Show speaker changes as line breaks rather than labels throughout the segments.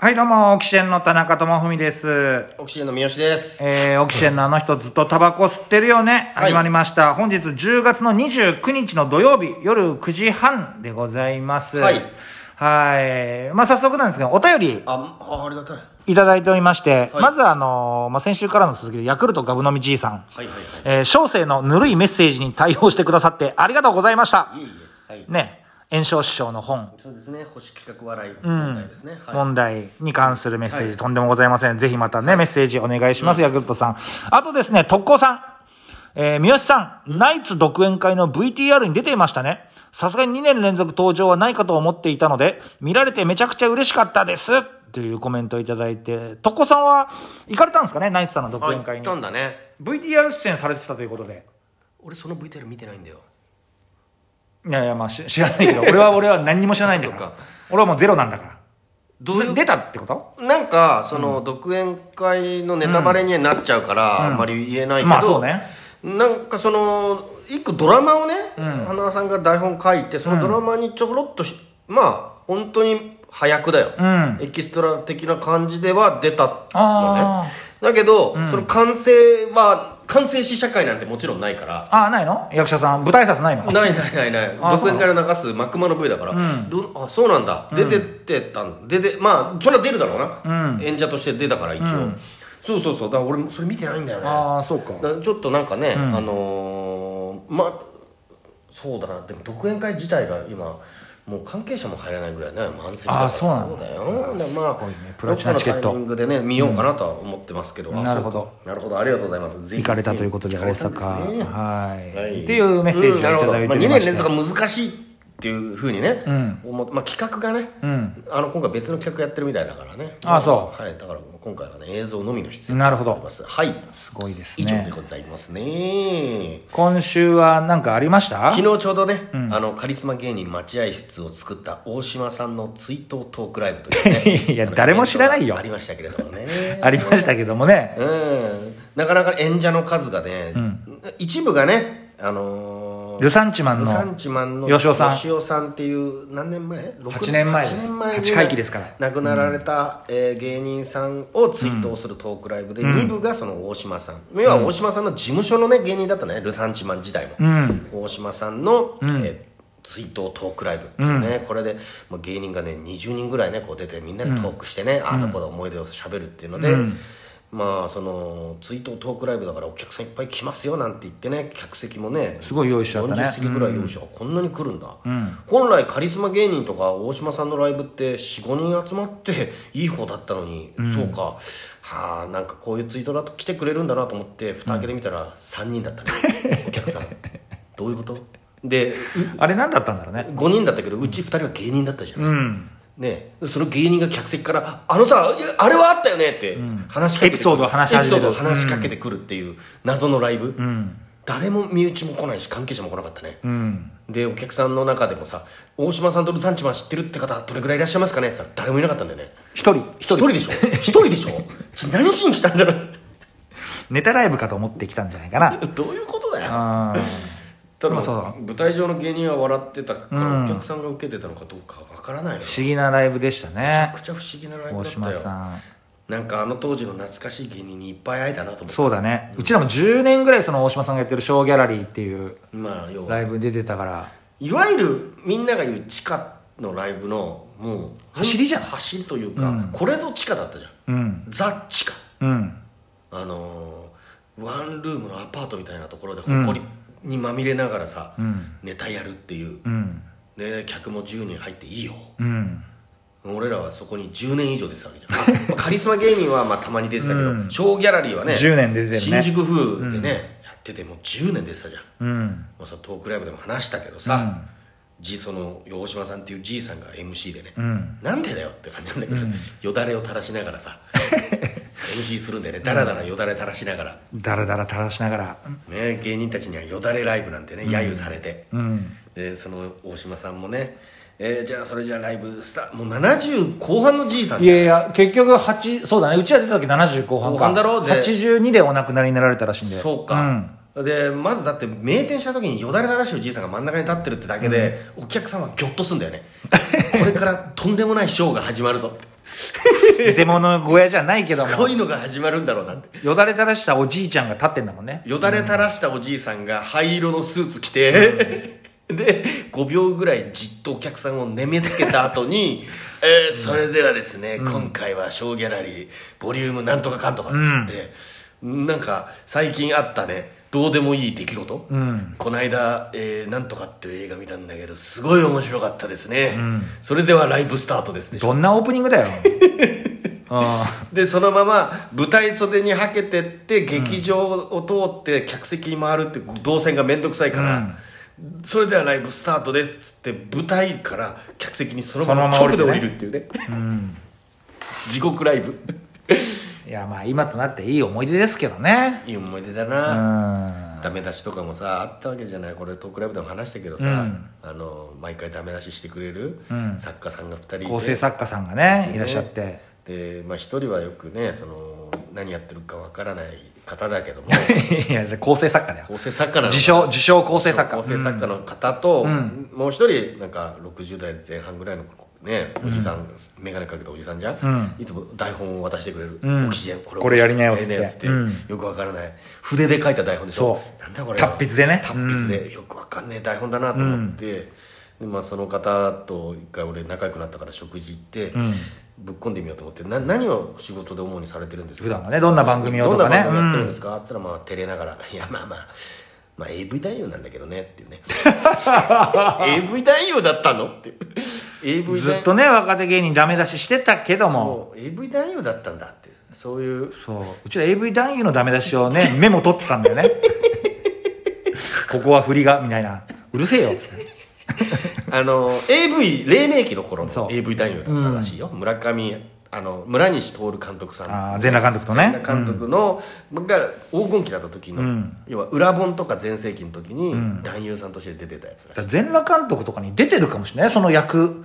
はい、どうも、オキシエンの田中智文です。
オキシエンの三好です。
えー、オキシエンのあの人ずっとタバコ吸ってるよね。
はい
始まりました。本日10月の29日の土曜日、夜9時半でございます。
はい。
はい。まあ、早速なんですが、お便り
あ、あありがたい。はい
ただいておりまして、
はい
まずあのーまあ、先週からの続きで、ヤクルトガブ飲みじいさん。
はいはい。
えー、小生のぬるいメッセージに対応してくださってありがとうございました。
いえいえ。はい。
ね、炎症師匠の本、
そうですね。保守企画笑い問題ですね。は
問題に関するメッセージ、
はい
とんでもございません。ぜひまたね、メッセージお願いします、ヤクルトさん。あとですね、特攻さん。えー、三好さん、ナイツ独演会の VTR に出ていましたね。さすがに2年連続登場はないかと思っていたので、見られてめちゃくちゃ嬉しかったです。というコメントをいただいて、特攻さんは行かれたんですかね、ナイツさんの
い。あ、
独演
行
会
っ
に
た。んだね。
VTR 出演されてたということで。
俺その VTR 見てないんだよ。
いやいや、まあし知らないけど、俺は俺は何にも知らないんだから
そっか。
俺はもうゼロなんだから。
どういう
出たってこと
なんかその独演会のネタバレになっちゃうからあんまり言えないけど。
まあそうね。
なんかその一個ドラマをね、花輪さんが台本書いてそのドラマにちょろっとひ、まあ本当に早くだよ、
ん
エキストラ的な感じでは出たの
あ
ねだけど、その完成は完成し社会なんてもちろんないから
ああ、ないの役者さん、舞台挨拶ないの
ないないないない
あ
独演会で流す幕間の部位だから、どあそうなんだ出てってたん出てまあそれは出るだろうな、演者として出たから一応、そうそうそうだから俺もそれ見てないんだよね
ああ、そうか。
だからちょっとなんかね、あのーまあそうだなでも独演会自体が今もう関係者も入れないぐらいね満席だから
あーそうなんだ
だよだからまあ
すごいねプラチナチケット
どっかのタイミングでね見ようかなとは思ってますけど、あ
なるほど
そうかなるほどありがとうございますぜひ
行かれたということで、
行か
大
れたんですね
阪。はい。
はい
っていうメッセージをいた
んなるほど
だいて
まあ、
おり
2
ま
年
して
連続が難しいっていうふうにね、思ってまあ、企画がね、あの今回別の企画やってるみたいだからね、
あそう
はい、だから今回はね映像のみの出演
なるほ
となり
ど
ま。すはい
すごいです
以上で
ね。
ございますね
今週は何かありました
昨日ちょうどね、あのカリスマ芸人待合室を作った大島さんの追悼トークライブという ね
いや誰も知らないよ
あのイベントがありましたけれどもね
ありましたけどもね。
うんなかなか演者の数がね、一部がねあのー
ルサンチマン
ルサン
の。
チマンの
よしおさん
よしおさんっていう何年前六
八年前です
八年前に
八回忌ですから
亡くなられた、えー芸人さんを追悼するトークライブで、二部がその大島さん要は大島さんの事務所のね芸人だったねルサンチマン時代も、大島さんの、えー追悼トークライブっていうね、これで、まあ、芸人がね20人ぐらいねこう出てみんなでトークしてね、ああだこうだ思い出をしゃべるっていうので、まあその追悼トークライブだからお客さんいっぱい来ますよなんて言ってね客席もね
すごい用意しちゃったね
40席ぐらい用意した、こんなに来るんだ、本来カリスマ芸人とか大島さんのライブって45人集まっていい方だったのに、そうかはあなんかこういうツイートだと来てくれるんだなと思って蓋開けてみたら3人だった ね、お客さんどういうことで
あれ何だったんだろうね。
5人だったけどうち2人は芸人だったじゃん、ねえ、その芸人が客席から「あのさいやあれはあったよね」って話しかけて
エ
くる
ピソードを話し始める
エピソードを話しかけてくるっていう謎のライブ、誰も身内も来ないし関係者も来なかったね、でお客さんの中でもさ「大島さんとルサンチマン知ってるって方どれぐらいいらっしゃいますかね?」って言ったら誰もいなかったんだよね
一人、一人
一人。でしょ一人でし ょちょ何しに来たんだろう
ネタライブかと思ってきたんじゃないかな。
どういうことだよ
あ
ただ
まあそうだ
舞台上の芸人は笑ってたからお客さんが受けてたのかどうかわからないよね
ー不思議なライブでした
め
ね
ちゃ。くちゃ不思議なライブ
大
だった
島
よ
さん。
なんかあの当時の懐かしい芸人にいっぱい会えたなと思って
そうだね。うちらも10年ぐらいその大島さんがやってるショーギャラリーっていう
まあ要は
ライブに出てたから。
いわゆるみんなが言う地下のライブのもう
走りじゃん
走りというか、これぞ地下だったじゃん、ザ・地下
うん。
あのーワンルームのアパートみたいなところで埃にまみれながらさ、ネタやるっていう、
ん
で客も10人入っていいよ、
うん。
俺らはそこに10年以上出てたわけじゃん まあカリスマ芸人はまあたまに出てたけど、ショーギャラリーはね
10年出てるね
新宿風でね、やっててもう10年出てたじゃ
う
ん、
ん。
まあ、さトークライブでも話したけどさ、じその大島さんっていうじいさんが MC でね、なんでだよって感じなんだけど、よだれを垂らしなが らさ MC するんでねだらだらよだれ垂らしながら、
だらだら垂らしながら。
ね、芸人たちにはよだれライブなんてね、揶揄されて、でその大島さんもね、えーじゃあそれじゃあライブスターもう70後半のじいさん
いやいや、結局8、そうだね。うちら出た時70後半か。
後半だろで
82でお亡くなりになられたらしいんで。
そう か、でまずだって名店した時によだれ垂らしてるじいさんが真ん中に立 ってるってだけで、お客さんはギョッとすんだよねこれからとんでもないショーが始まるぞって
偽物小屋じゃないけど
す
も
ごいのが始まるんだろうなって
よだれ垂らしたおじいちゃんが立ってんだもんね
よだれ垂らしたおじいさんが灰色のスーツ着て、で5秒ぐらいじっとお客さんをねめつけた後 に「えーそれではですね、今回はショーギャラリーボリュームなんとかかんとか」っつって、なんか最近あったねどうでもいい出来事、この間、えーなんとかっていう映画見たんだけどすごい面白かったですね、それではライブスタートですね
どんなオープニング だよあ
でそのまま舞台袖にはけてって劇場を通って客席に回るって動線が面倒くさいから、それではライブスタートですっつって舞台から客席にそのまま
その
直
ま
で降
ま降
り
りてね
るっていうね地獄ライ ブ
あいやまあ今となっていい思い出ですけどね
いい思い出だ
う
な、
ん
ダメ出しとかもさあったわけじゃないこれトークライブでも話したけどさ、あの毎回ダメ出ししてくれる作家さんが2人いて、
構成作家さんがねいらっしゃって、
で、まあ、1人はよくねその何やってるかわからない方だ けども
いや構成作家だよ
構成作家なの
自称自称構成作家
構成作家の方と、もう一人なんか60代前半ぐらいのねおじさん、眼鏡かけたおじさんじゃん、いつも台本を渡してくれる「オキシジェンこ
これやりなよっつって
やりなよくわからない筆で書いた台本でしょ
そう
なんだこれ
達筆でね
達筆で、よくわかんねえ台本だなと思って、でまあ、その方と一回俺仲良くなったから食事行って、ぶっ込んでみようと思ってな何を仕事で主にされてるんですか
普段はねどんな番組を
ど
と
んな
かね
番組やってるんですか?」っつったらまあ照れながら「いやまあまあまあ AV 男優なんだけどね」っていうね 「AV 男優だったの?」っていう AV
ず
男
っとね若手芸人ダメ出ししてたけども
もう AV 男優だったんだっていうそういう
そううちら AV 男優のダメ出しを ねメモ取ってたんだよねここは振りがみたいなうるせえよ
あの AV 黎明期の頃
そ
の
う
AV 男優だったらしいよ、村上あの村西徹監督さん
あー全裸監督とね
全裸監督の、が黄金期だった時の、要は裏本とか全盛期の時に、男優さんとして出てたやつらしい
全裸監督とかに出てるかもしれないその役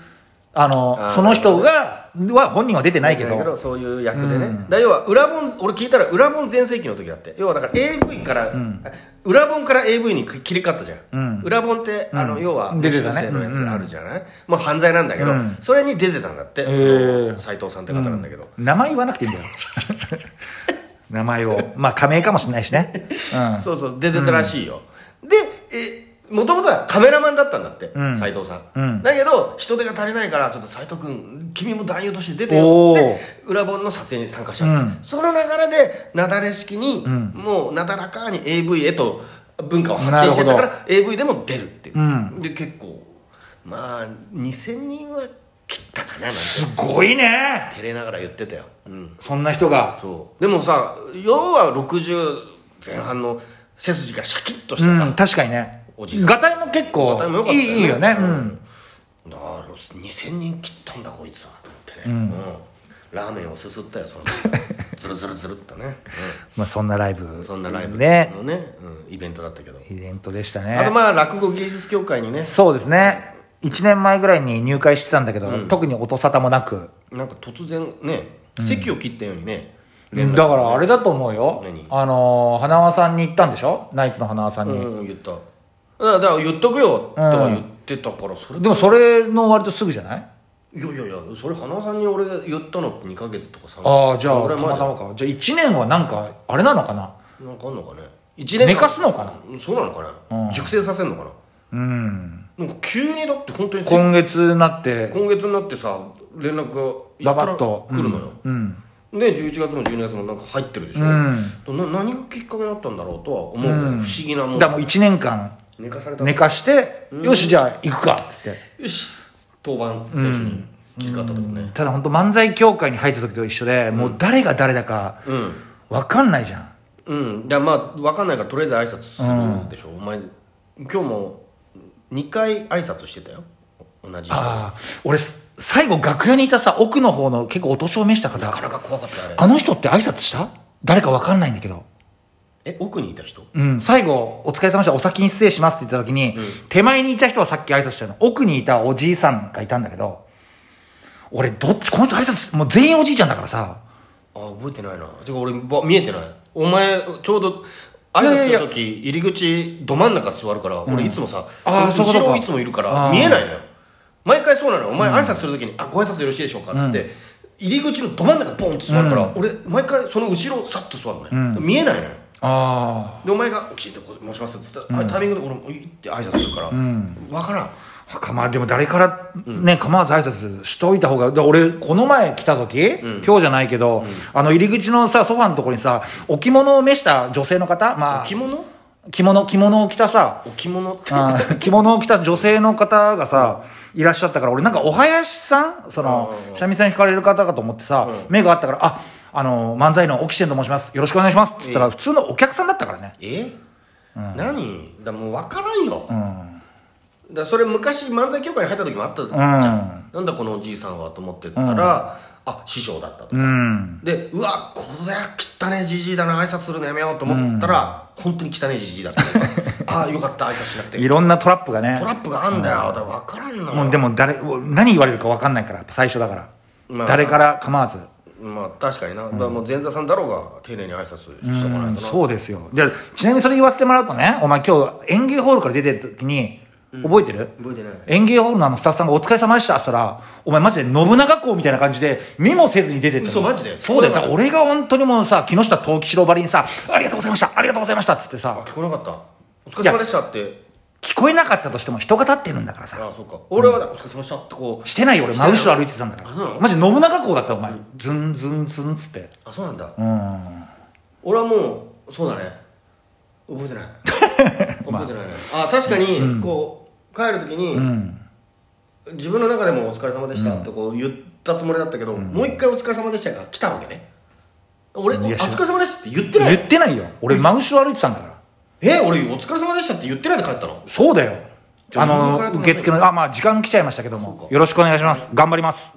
あの
あー
その人がは本人は出てないけど
だどそういう役でね、だから要は裏本俺聞いたら裏本全盛期の時だって要はだから AV から、あ裏本から AV に切り替わったじゃん、裏本ってあの、要は
出てたね
修正のやつあるじゃない、もう犯罪なんだけど、それに出てたんだって、その斎藤さんって方なんだけど、
名前言わなくていいんだよ名前をまあ仮名かもしれないしね、う
そうそう出てたらしいよ、でえもともとはカメラマンだったんだって斎、藤さん、だけど人手が足りないからちょっと斎藤君君も男優として出てよっつっ
おー
て裏本の撮影に参加しちゃった、その流れでなだれ式に、もうなだらかに AV へと文化を発展してったか
なる
ら AV でも出るっていう、で結構まあ2000人は切ったかななんて
ん、すごいね
照れながら言ってたよ、うん
そんな人が
そうでもさ要は60前半の背筋がシャキッとし
う
てさ、
ん確かにね
おじさん
ガタイも結構
ガタイも良か
い
ったよね
いいいよね、うん
だから2000人切ったんだこいつはと思ってね、うんラーメンをすすったよそ のずるずるずるっとね、
まあ、そんなライ
う
ブ
ん、そんなライブのね
ね、
うん、イベントだったけど、
イベントでしたね
あとまあ落語芸術協会にね
そうですね1年前ぐらいに入会してたんだけど、特に音沙汰もなく
なんか突然ね席を切ったようにね、
だ
連絡
からあれだと思うよ
何
あのー花輪さんに行ったんでしょナイツの花輪さんに、
うん言っただからだから言っとくよとか言ってたからそれ
でもそれの割とすぐじゃない
いやいやいやそれ花輪さんに俺が言ったのって2か月とか3
ああじゃあ
それ
た
ぐ
ま
らい前だ
たまかじゃあ1年はなんかあれなのかな
なんかあんのかね一
寝かすのかな
そうなのかな、熟成させんのかな
うん
なんか急にだって本当に今
今月になって
月になってさ連絡がやたら
ババッと
来るのよ、
うん
で11月も12月もなんか入ってるでし
う
ょ、な何がきっかけだったんだろうとは思うけど、不思議な
だ
もん
からもう1年間
寝かされた、
寝かして、よしじゃあ行くかっつって
よし登板選手に切り替わったとこね
ただ本当漫才協会に入った時と一緒で、もう誰が誰だか
うん
分かんないじゃん
うんだからまあ分かんないからとりあえず挨拶するでしょ、お前今日も2回挨拶してたよ同じ人な
ああ俺す最後楽屋にいたさ奥の方の結構お年を召した方
かなか怖かったよあれ
あの人って挨拶した誰か分かんないんだけど
え奥にいた人
うん、最後、お疲れ様でした、お先に失礼しますって言った時に、手前にいた人はさっき挨拶したの、奥にいたおじいさんがいたんだけど、俺、どっち、この人挨拶し、もう全員おじいちゃんだからさ、
あ覚えてないなてか俺ば見えてないお前ちょうど挨拶する時入り口ど真ん中座るから、俺いつもさ
あー
その
そういうこと
後ろ
か
いつもいるから
あー
見えないのよ毎回そうなのよお前挨拶する時に「あご挨拶よろしいでしょうか」っつって、入り口のど真ん中ポンって座るから、俺毎回その後ろさっと座るのね、見えないのよ
あ
でお前が「きちんとこう申します」っつったら、あタイミングで俺も「い」って挨拶するから、わ分からん
あ。かまあでも誰からね、構わず挨拶しといた方が、だ俺、この前来た時、今日じゃないけど、あの入り口のさ、ソファのところにさ、置物を召した女性の方、まあ、
着物
着物、着物を着た さ、
置物って
あー着物を着た女性の方がさ、いらっしゃったから、俺なんかお囃子さんその、三味線弾かれる方かと思ってさ、目があったから、あ、あの、漫才のオキシエンと申します。よろしくお願いします。っつったら、普通のお客さんだったからね。
え、何だもう分からんよ、だそれ昔漫才協会に入った時もあったじゃん、なんだこのおじいさんはと思ってたら、あ師匠だったとか、でうわこれは汚ねじじいだな挨拶するのやめようと思ったら、本当に汚ねじじいだった からああよかった挨拶しなくて
いろんなトラップがね
ト。ラップがあんだよ、だから分からんの
もうでも誰、何言われるか分かんないから、最初だから。
まあ
誰から構わず。
まあ確かにな、だからもう前座さんだろうが丁寧に挨拶しとかないとな、
そうですよ。じゃあちなみにそれ言わせてもらうとね、お前今日演芸ホールから出てる時に、覚えてる
覚えてない
演芸ホールのあのスタッフさんがお疲れ様でしたって言ったら、お前マジで信長公みたいな感じで、見もせずに出てったの
嘘マジで
そうだよ。だから俺が本当にもうさ、木下藤吉郎ばりにさ、ありがとうございました、ありがとうございましたっつって
あ
さ、
聞こえなかったお疲れ様でしたって
聞こえなかったとしても人が立ってるんだからさ、
ああそうか俺はお疲れ様でしたってこう
してないよ俺真後ろ歩いてたんだか
あそうな
ら。
の
マジ信長公だったお前。ズンズンズンっつって。
あそうなんだ
うん。
俺はもうそうだね覚えてない覚えてないね、あ、確かに、こう帰る時に、自分の中でも「お疲れ様でした」ってこう言ったつもりだったけど、もう一回「お疲れ様でした」が来たわけね俺「お
いや知らん
疲れ様です」って言ってな
言
い
ってないよ。俺真後ろ歩いてたんだから。
え俺「お疲れ様でした」って言ってないで帰ったの
そうだよ。
じゃあ
あの
自分から、
受付の、あ、まあ、時間来ちゃいましたけども、よろしくお願いします。頑張ります。